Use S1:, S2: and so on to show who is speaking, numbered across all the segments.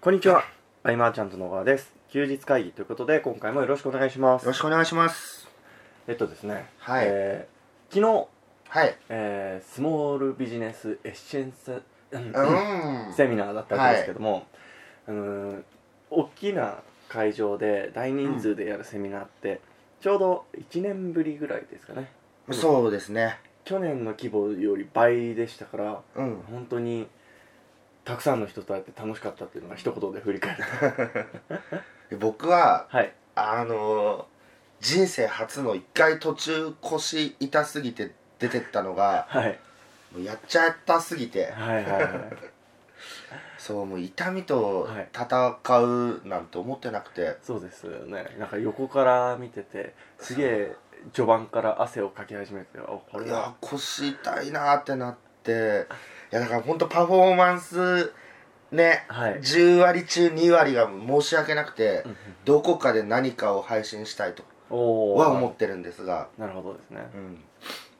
S1: こんにちは。アイマーちゃんと野川です。休日会議ということで、今回もよろしくお願いしま
S2: よ
S1: す
S2: ろ。しくお願いします。
S1: えっとですね、
S2: はい
S1: えー昨日、
S2: はい。
S1: えースモールビジネスエッセンス、うん
S2: うん。
S1: セミナーだったんですけども、うーん大きな会場で大人数でやるセミナーって、ちょうど1年ぶりぐらいですかね。
S2: そうですね。
S1: 去年の規模より倍でしたから、
S2: うん。
S1: 本当にたくさんの人と会って楽しかったっていうのが一言で振り返ると。
S2: 僕は、
S1: はい。
S2: あのー人生初の一回途中腰痛すぎて出てったのが、
S1: はい。
S2: もうやっちゃったすぎて、
S1: はいはいはい
S2: そう、もう痛みと
S1: はい
S2: 戦うなんて思ってなくて、
S1: そうですよねなんか横から見ててすげえ序盤から汗をかき始めておこ
S2: い、
S1: れ
S2: や
S1: は、
S2: 腰痛いなーってなって、いや、だから本当パフォーマンス、ね、
S1: はい
S2: 10割中2割が申し訳なくて、
S1: うんうん
S2: どこかで何かを配信したいと
S1: お
S2: は思っ
S1: お
S2: てるんですが、
S1: なるほどですね
S2: うん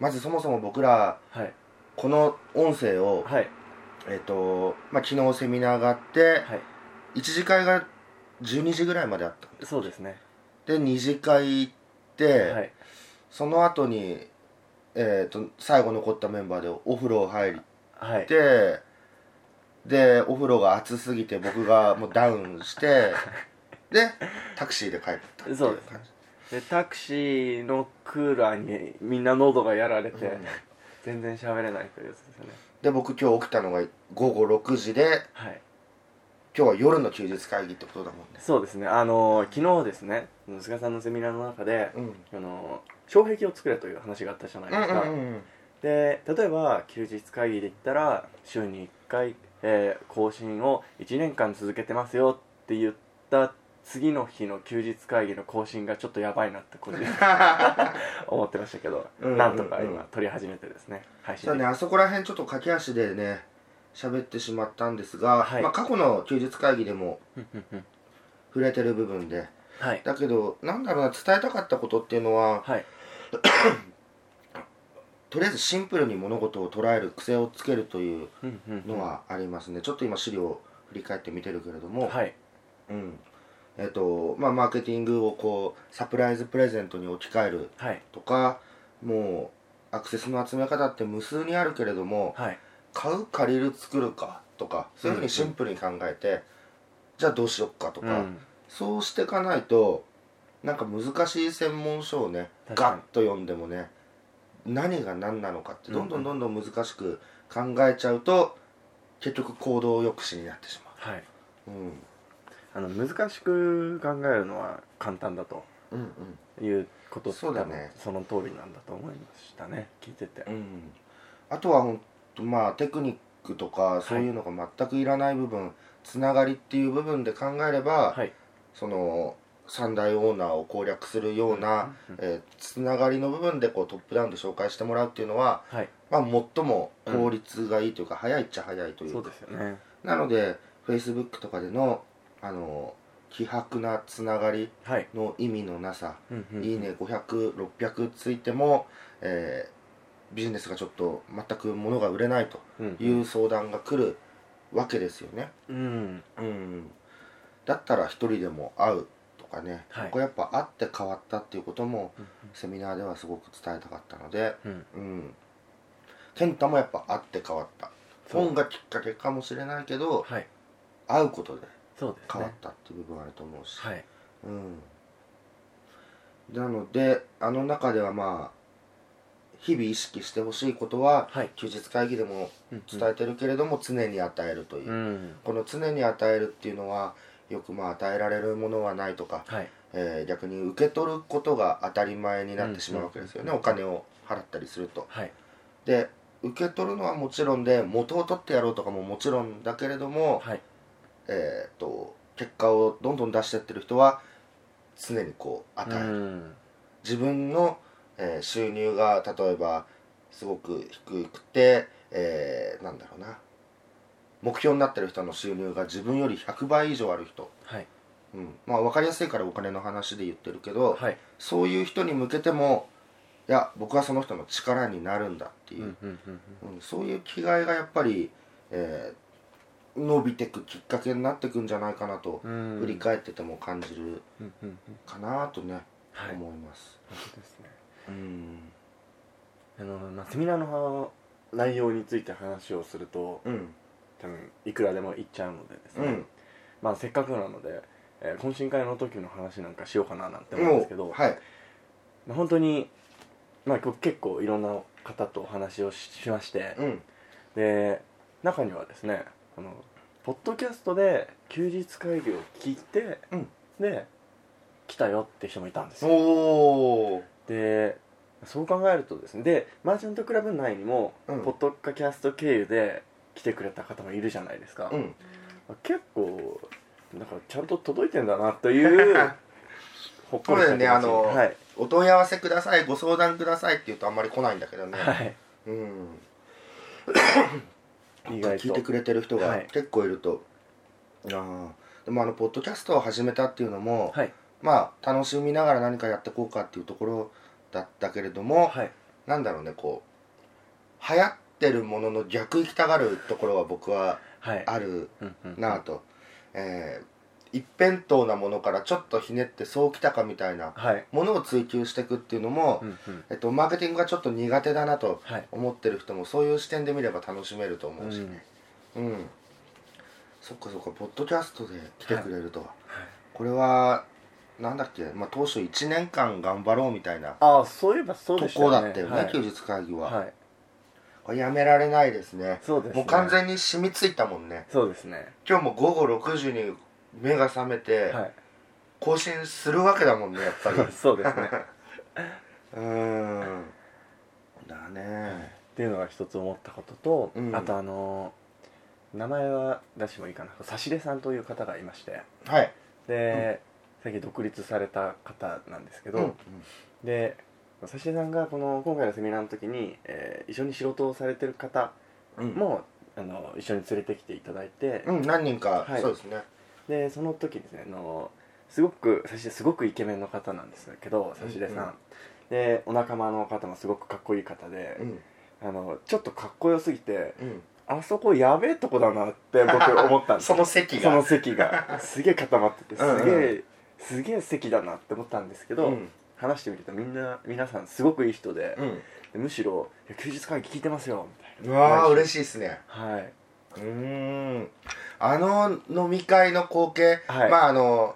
S2: まずそもそも僕ら
S1: はい
S2: この音声を、
S1: はい
S2: えっ、と、まあ、昨日セミナーがあって、
S1: はい
S2: 一次会が12時ぐらいまであった
S1: そうですね
S2: で二次会行って、
S1: はい
S2: その後にえっ、と最後残ったメンバーでお風呂入り
S1: はい
S2: てでお風呂が熱すぎて僕がもうダウンして でタクシーで帰ったっていう
S1: そう
S2: 感
S1: で
S2: じ
S1: すねでタクシーのクーラーにみんな喉がやられて、
S2: うん
S1: 全然喋れないというやつですよね
S2: で僕今日起きたのが午後6時で
S1: はい
S2: 今日は夜の休日会議ってことだもんね
S1: そうですねあの昨日ですね菅さんのセミナーの中で、
S2: うん
S1: あの障壁を作れという話があったじゃないですか、
S2: うん
S1: で例えば休日会議で言ったら週に1回、えー更新を1年間続けてますよって言った次の日の休日会議の更新がちょっとやばいなって個 人的に思ってましたけど、
S2: うん
S1: なんとか
S2: うん
S1: 今撮り始めてですね配信
S2: そうねあそこら辺ちょっと駆け足でね喋ってしまったんですが、
S1: はい
S2: まあ、過去の休日会議でも
S1: うんうんうん
S2: 触れてる部分で
S1: はい
S2: だけどなんだろうな伝えたかったことっていうのは
S1: はい
S2: とりあえずシンプルに物事を捉える癖をつけるという
S1: うんうんうん
S2: のはありますねちょっと今資料を振り返って見てるけれども、
S1: はい
S2: うんえっ、とまあマーケティングをこうサプライズプレゼントに置き換える
S1: はい
S2: とかもうアクセスの集め方って無数にあるけれども
S1: はい
S2: 買う借りる作るかとかそういうふうにシンプルに考えて、じゃあどうしよっかと
S1: う
S2: か、
S1: ん
S2: そうしていかないとなんか難しい専門書をね
S1: 確かに
S2: ガッと読んでもね何が何なのかってどんど
S1: うんん
S2: どんどん難しく考えちゃうと、結局行動抑止になってしま、
S1: はいう
S2: うん、
S1: あの難しく考えるのは簡単だと
S2: うん
S1: いうこと
S2: そうだね
S1: 多分その通りなんだと思いましたね聞いてて
S2: うんうんあとはほんとまあテクニックとかそういうのが全くいらない部分、つながりっていう部分で考えれば、
S1: はい
S2: その三大オーナーを攻略するような、
S1: うんうん
S2: えーつながりの部分でこうトップダウンで紹介してもらうっていうのは、
S1: はい
S2: まあ、最も効率がいいというか、早いっちゃ早いとい
S1: そううですよね
S2: なので Facebook とかでのあの希薄なつながり
S1: はい、
S2: の意味のなさ
S1: うん
S2: 「いいね500600」ついても、えービジネスがちょっと全く物が売れないと
S1: うん
S2: いう相談が来るわけですよね。
S1: うん
S2: うん、だったら一人でも会うとかね、
S1: はい
S2: ここやっぱ会って変わったっていうことも
S1: うん
S2: セミナーではすごく伝えたかったので、
S1: うん
S2: うん、健太もやっぱ会って変わった
S1: そう
S2: 本がきっかけかもしれないけど
S1: はい
S2: 会うことで
S1: そうです
S2: 変わっ
S1: ね
S2: たっていう部分あると思うし、
S1: はい
S2: うん、なのであの中ではまあ日々意識してほしいことは
S1: はい
S2: 休日会議でも
S1: 伝
S2: 伝えてるけれども常に与えるという
S1: う、ん
S2: この常に与えるっていうのはよくまあ与えられるものはないとか、
S1: はい
S2: えー逆に受け取ることが当たり前になってしまうわけですよね、
S1: うん
S2: お金を払ったりすると
S1: はい
S2: で受け取るのはもちろんで元を取ってやろうとかももちろんだけれども、
S1: はい
S2: えー、と結果をどんどん出してってる人は常にこう与える、
S1: うん
S2: 自分の、えー収入が例えばすごく低くて、えーなんだろうな目標になってる人の収入が自分より100倍以上ある人、
S1: はい
S2: うんまあ、分かりやすいからお金の話で言ってるけど、
S1: はい
S2: そういう人に向けてもいや僕はその人の力になるんだっていうう、
S1: んうんうん
S2: うんそういう気概がやっぱり、えー伸びてくきっかけになってくんじゃないかなと
S1: うん
S2: 振り返ってても感じる
S1: うんうんうん
S2: かなとね、
S1: はい
S2: 思います
S1: そうですね
S2: うん
S1: あのまあセミナーの内容について話をすると
S2: うん
S1: 多分いくらでも言っちゃうのでです
S2: う
S1: ね、
S2: ん
S1: まあせっかくなので、えー懇親会の時の話なんかしようかななんて思うん
S2: も
S1: ですけ
S2: う
S1: ど、
S2: はい
S1: まあ本当に、まあ、こう結構いろんな方とお話をししまして、
S2: うん
S1: で中にはですねあのポッドキャストで休日会議を聞いて、
S2: うん
S1: で来たよって人もいたんですよ
S2: おお
S1: でそう考えるとですねでマーチャントクラブ内にも、
S2: うん
S1: ポッドキャスト経由で来てくれた方もいるじゃないですか、
S2: うん
S1: 結構なんかちゃんと届いてんだなという ほっこりした気持ちに
S2: そうだよねあの
S1: はい、
S2: お問い合わせくださいご相談くださいって言うとあんまり来ないんだけどね、
S1: はい、
S2: うん
S1: 意外
S2: 聞い
S1: と
S2: てくれてる人
S1: は
S2: が
S1: い
S2: 結構いると、ああでもあのポッドキャストを始めたっていうのも、
S1: はい
S2: まあ楽しみながら何かやってこうかっていうところだったけれども、
S1: はい
S2: なんだろうねこう流行ってるものの逆行きたがるところは僕は
S1: はい
S2: ある
S1: うんうん
S2: なぁと、えー一辺倒なものからちょっとひねってそうきたかみたいな
S1: はい
S2: ものを追求していくっていうのも、
S1: うんうん
S2: えっと、マーケティングがちょっと苦手だなと
S1: はい
S2: 思ってる人もそういう視点で見れば楽しめると
S1: う
S2: 思
S1: ん
S2: うし
S1: は
S2: ね、
S1: い
S2: うん、そっかそっかポッドキャストで来てくれるとは、これはなんだっけ、まあ、当初1年間頑張ろうみたいな
S1: ああそういえばそう
S2: と
S1: でした
S2: こ
S1: よね
S2: だったよね
S1: はい
S2: 休日会議は、
S1: はい
S2: これやめられないですね
S1: そうですね
S2: もう完全に染みついたもんね
S1: そうですね
S2: 今日も午後6時に目が覚めて
S1: はい
S2: 更新するわけだもんねやっぱり
S1: そうですね
S2: うーんだね
S1: っていうのが一つ思ったことと、
S2: うん
S1: あとあの名前は出してもいいかな差し出さんという方がいまして
S2: はい
S1: で、最近独立された方なんですけど、
S2: うん
S1: で差し出さんがこの今回のセミナーの時に、えー一緒に仕事をされてる方
S2: うん
S1: も、あの一緒に連れてきていただいて、
S2: うん何人か、
S1: はい
S2: そうですね
S1: でその時ですねあのすごく差し出すごくイケメンの方なんですけど差し出さん、
S2: うんうん
S1: でお仲間の方もすごくかっこいい方で、
S2: うん
S1: あのちょっとかっこよすぎて
S2: うん
S1: あそこやべえとこだなって僕思ったんです
S2: その席
S1: そ
S2: が
S1: の席がすげえ固まっててすげえ、
S2: うんう
S1: すげえ席だなって思ったんですけど、
S2: うん
S1: 話してみるとみんな皆さんすごくいい人で
S2: う、ん
S1: でむしろいや休日会議聞いてますよみたいう
S2: わあ
S1: 嬉
S2: 嬉しいですね
S1: なはい、
S2: うーんあの飲み会の光景、
S1: はい
S2: まああの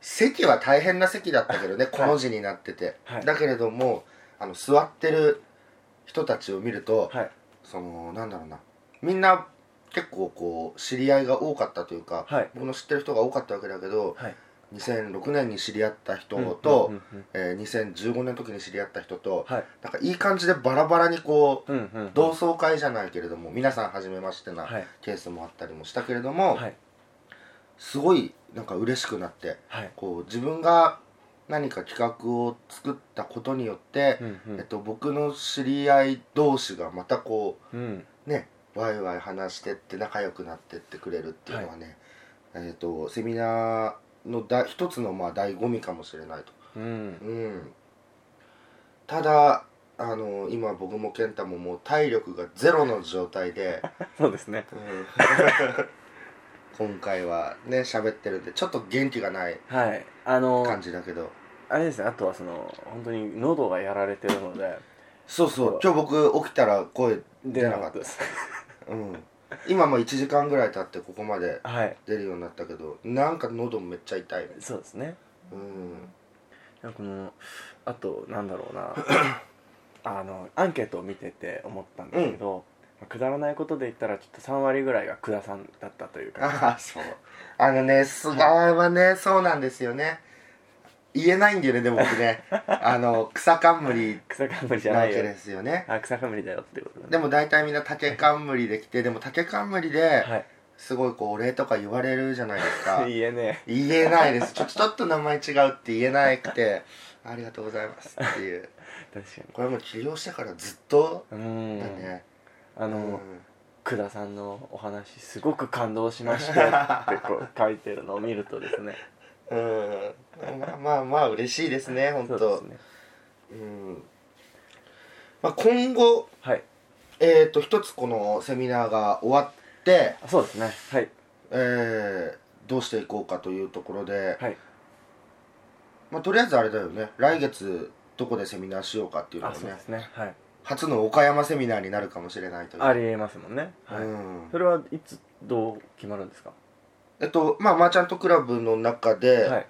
S2: 席は大変な席だったけどね、この字になってて、
S1: はい
S2: だけれどもあの座ってる人たちを見ると、
S1: はい
S2: そのなんだろうなみんな結構こう知り合いが多かったというか、
S1: はい
S2: 僕の知ってる人が多かったわけだけど、
S1: はい
S2: 2006年に知り合った人
S1: う
S2: と、
S1: んうんうんうん
S2: えー2015年の時に知り合った人と、
S1: はい
S2: なんかいい感じでバラバラにこう、
S1: うんうんうん
S2: 同窓会じゃないけれども皆さん初めましてな、
S1: はい
S2: ケースもあったりもしたけれども、
S1: はい
S2: すごいなんか嬉しくなって
S1: はい
S2: こう自分が何か企画を作ったことによって、
S1: うんう
S2: えっ
S1: ん
S2: と、僕の知り合い同士がまたこ
S1: うん
S2: うねワイワイ話してって仲良くなってってくれるっていうのはね、えっと、セミナーのだ一つのまあ醍醐味かもしれないと。
S1: うん
S2: うん、ただあの今僕も健太ももう体力がゼロの状態で。
S1: そうですね
S2: 今回はね喋ってるんでちょっと元気がない
S1: はいあの
S2: 感じだけど
S1: あれですねあとはその本当に喉がやられてるので
S2: そうそう今日僕起きたら声
S1: 出
S2: 出
S1: な
S2: な
S1: か
S2: か
S1: っ
S2: った
S1: で
S2: た
S1: す
S2: うん、今も1時間ぐらい経ってここまで
S1: はい
S2: 出るようになったけどなんか喉めっちゃ痛い
S1: そうですね
S2: うん
S1: なんかこのあとなんだろう なあのアンケートを見てて思ったんですけど、まあくだらないことで言ったらちょっと3割ぐらいがくださんだったというか
S2: ああそうあのね菅はねそうなんですよね言えないんだよねでも僕 ねあの草冠
S1: 草冠じゃ
S2: な
S1: な
S2: わ
S1: い
S2: け
S1: よ
S2: ですよね
S1: あ草冠だよってことね
S2: でも大体みんな竹冠で来てでも竹冠で
S1: はい
S2: すごいこうお礼とか言われるじゃないですか
S1: 言えね
S2: 言えないですちょちょっと名前違うって言えなくてありがとうございますっていう
S1: え確か
S2: これはもう起業してからずっと
S1: にうーん
S2: だね、
S1: あ
S2: う
S1: の、
S2: ん
S1: くださんのお話すごく感動しま したってこう書いてるのを見るとですね
S2: うんまあまあまあ嬉しいですね本当
S1: そうですね
S2: うんまあ、今後
S1: はい
S2: えっ、と一つこのセミナーが終わっって、
S1: あそうですねはい
S2: えーどうしていこうかというところで、
S1: はい
S2: まあ、とりあえずあれだよね来月どこでセミナーしようかっていうの
S1: あ
S2: が
S1: そう
S2: ね
S1: ですねはい
S2: 初の岡山セミナーになるかもしれないという
S1: ありえますもんねはい、
S2: うん
S1: それはいつどう決まるんですか
S2: えっとまあマーチャントクラブの中で、
S1: はい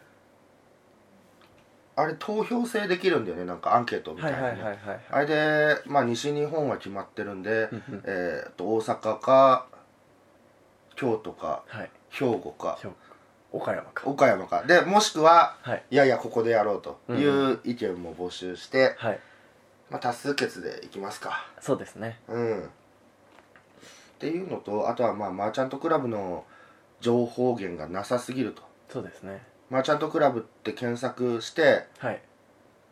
S2: あれ投票制できるんだよねなんかアンケートみ
S1: は
S2: た
S1: いい
S2: な
S1: は
S2: ね、
S1: いはいはい
S2: あれで、まあ、西日本は決まってるんで、
S1: うんうん
S2: えーっと大阪か京都か
S1: はい
S2: 兵庫か
S1: 兵庫岡山か
S2: 岡山かでもしくは
S1: はい
S2: いやいやここでやろうとい
S1: ん
S2: う意見も募集して、
S1: はい
S2: まあ、多数決でいきますか
S1: そうですね
S2: うんっていうのとあとはまあマーチャントクラブの情報源がなさすぎると
S1: そうですね
S2: マーチャントクラブって検索して
S1: はい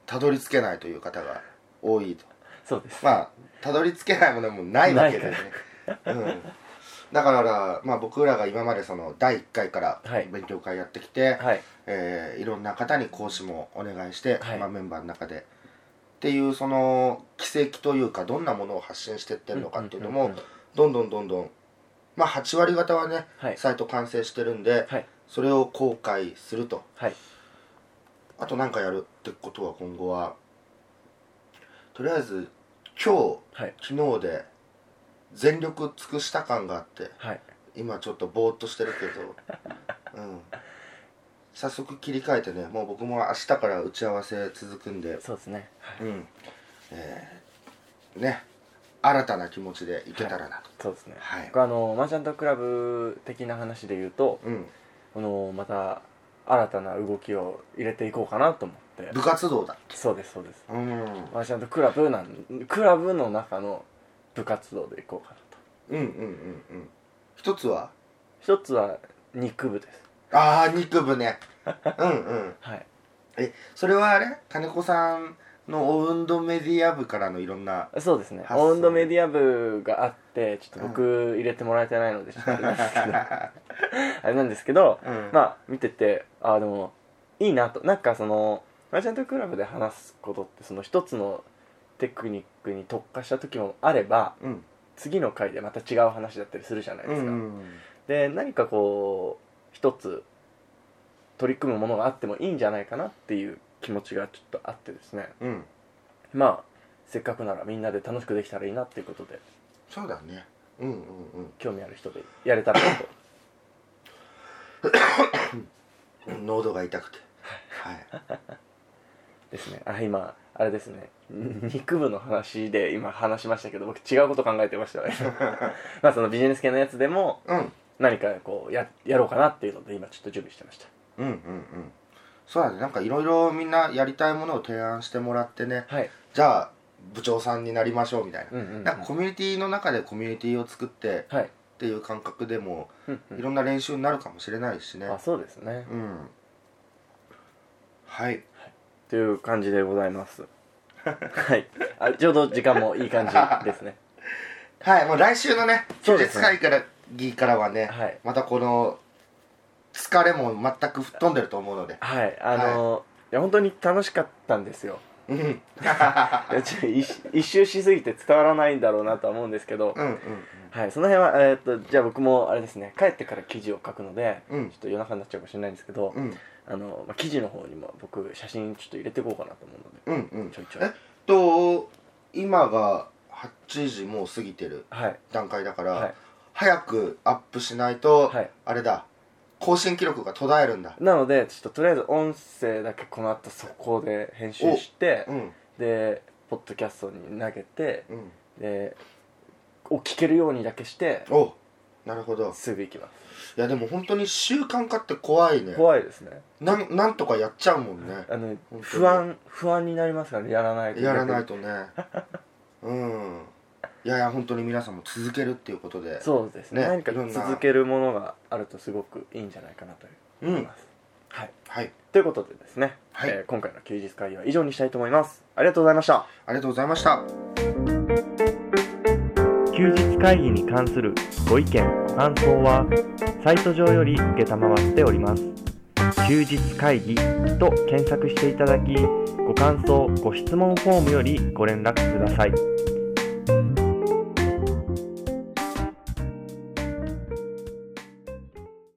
S2: たどり着けないという方が多いと
S1: そうです
S2: まあたどり着けないものもないわけでね
S1: な、
S2: うん、だから、まあ、僕らが今までその第1回から
S1: はい
S2: 勉強会やってきて、
S1: はい
S2: えーいろんな方に講師もお願いして、
S1: はい
S2: まあ、メンバーの中でっていうその奇跡というかどんなものを発信してってるのかっていうの
S1: うん
S2: も
S1: うんうんうん
S2: どんどんどんどんまあ8割方はね、
S1: はい
S2: サイト完成してるんで、
S1: はい
S2: それを公開すると
S1: はい
S2: あと何かやるってことは今後はとりあえず今
S1: はい
S2: 日昨日で全力尽くした感があって
S1: はい
S2: 今ちょっとぼーっとしてるけ どうん早速切り替えてねもう僕も明日から打ち合わせ続くんで
S1: そうですねはい
S2: うんえーね新たな気持ちでいけたらなと
S1: そうですね
S2: はい、
S1: 僕あのマーチャントクラブ的な話で言うと
S2: うん
S1: あのまた新たな動きを入れていこうかなと思って
S2: 部活動だ
S1: そうですそうです
S2: うん
S1: マーチャントクラブなんクラブの中の部活動でいこうかなと
S2: うんうんうんうん一つは
S1: 一つは肉部です
S2: ああ肉 部ねうんうん
S1: はい
S2: えそれはあれ金子さんのオウンドメディア部からのいろんな
S1: そうですね
S2: 発想
S1: オウンドメディア部があってちょっと僕入れてもらえてないのでちょっとあれなんですけどあれなんですけど
S2: うん
S1: まあ見ててあでもいいなとなんかそのマーチャントクラブで話すことってその一つのテクニックに特化した時もあれば
S2: うん
S1: 次の回でまた違う話だったりするじゃないで
S2: う
S1: すか、
S2: んうん
S1: で何かこう一つ取り組むものがあってもいいんじゃないかなっていう気持ちがちょっとあってですね
S2: うん
S1: まあせっかくならみんなで楽しくできたらいいなっていうことで
S2: そうだねうんうんうん
S1: 興味ある人でやれたらなと
S2: 喉が痛くてはい
S1: ですねあ今あれですねん肉部の話で今話しましたけど僕違うこと考えてました ね まあそのビジネス系のやつでも
S2: うん
S1: 何かこうややろうかなっていうので今ちょっと準備してました
S2: うんうんうんそうだねなんかいろいろみんなやりたいものを提案してもらってね
S1: はい
S2: じゃあ部長さんになりましょうみたいな,、
S1: うんうんうん
S2: なんかコミュニティの中でコミュニティを作って
S1: はい
S2: っていう感覚でも
S1: うんう
S2: い
S1: ん
S2: ろんな練習になるかもしれないしね
S1: あそうですね
S2: うんはい
S1: という感じでございます はいあちょうど時間もいい感じです ね
S2: はいもう来週のね
S1: そう
S2: 休
S1: で
S2: 日
S1: すね
S2: 会から議からはね、
S1: はい
S2: またこの疲れも全く吹っ飛んでると思うので
S1: はいあのーい、や本当に楽しかったんですよ
S2: うんう ん
S1: いやちょ一一周しすぎて伝わらないんだろうなとは思うんですけど、
S2: うん
S1: はいその辺は、えーっとじゃあ僕もあれですね帰ってから記事を書くので、
S2: うん
S1: ちょっと夜中になっちゃうかもしれないんですけど、
S2: うん
S1: あのまあ、記事の方にも僕写真ちょっと入れていこうかなと思うので
S2: うんうん
S1: ちょいちょい
S2: えっと今が8時もう過ぎてる
S1: はい
S2: 段階だから、
S1: はい
S2: 早くアップしないと、
S1: はい
S2: あれだ更新記録が途絶えるんだ
S1: なのでちょっととりあえず音声だけこの後そこで編集して、
S2: うん
S1: でポッドキャストに投げて
S2: うん
S1: でを聞けるようにだけして
S2: おなるほど
S1: すぐ行きます
S2: いやでも本当に習慣化って怖いね
S1: 怖いですね
S2: なんなんとかやっちゃうもんね
S1: あの
S2: 当に
S1: 不安不安になりますからねやらないと
S2: やらない
S1: と
S2: とねうんいやいや本当に皆さんも続けるっていうことで
S1: そうですね
S2: ね
S1: 何か
S2: いろんな
S1: 続けるものがあるとすごくいいんじゃないかなと
S2: うん
S1: 思います、はい
S2: はい
S1: ということでですね、
S2: はい
S1: えー今回の休日会議は以上にしたいと思いますありがとうございました
S2: ありがとうございました
S1: 休日会議に関するご意見ご感想はサイト上より承っております休日会議と検索していただきご感想ご質問フォームよりご連絡ください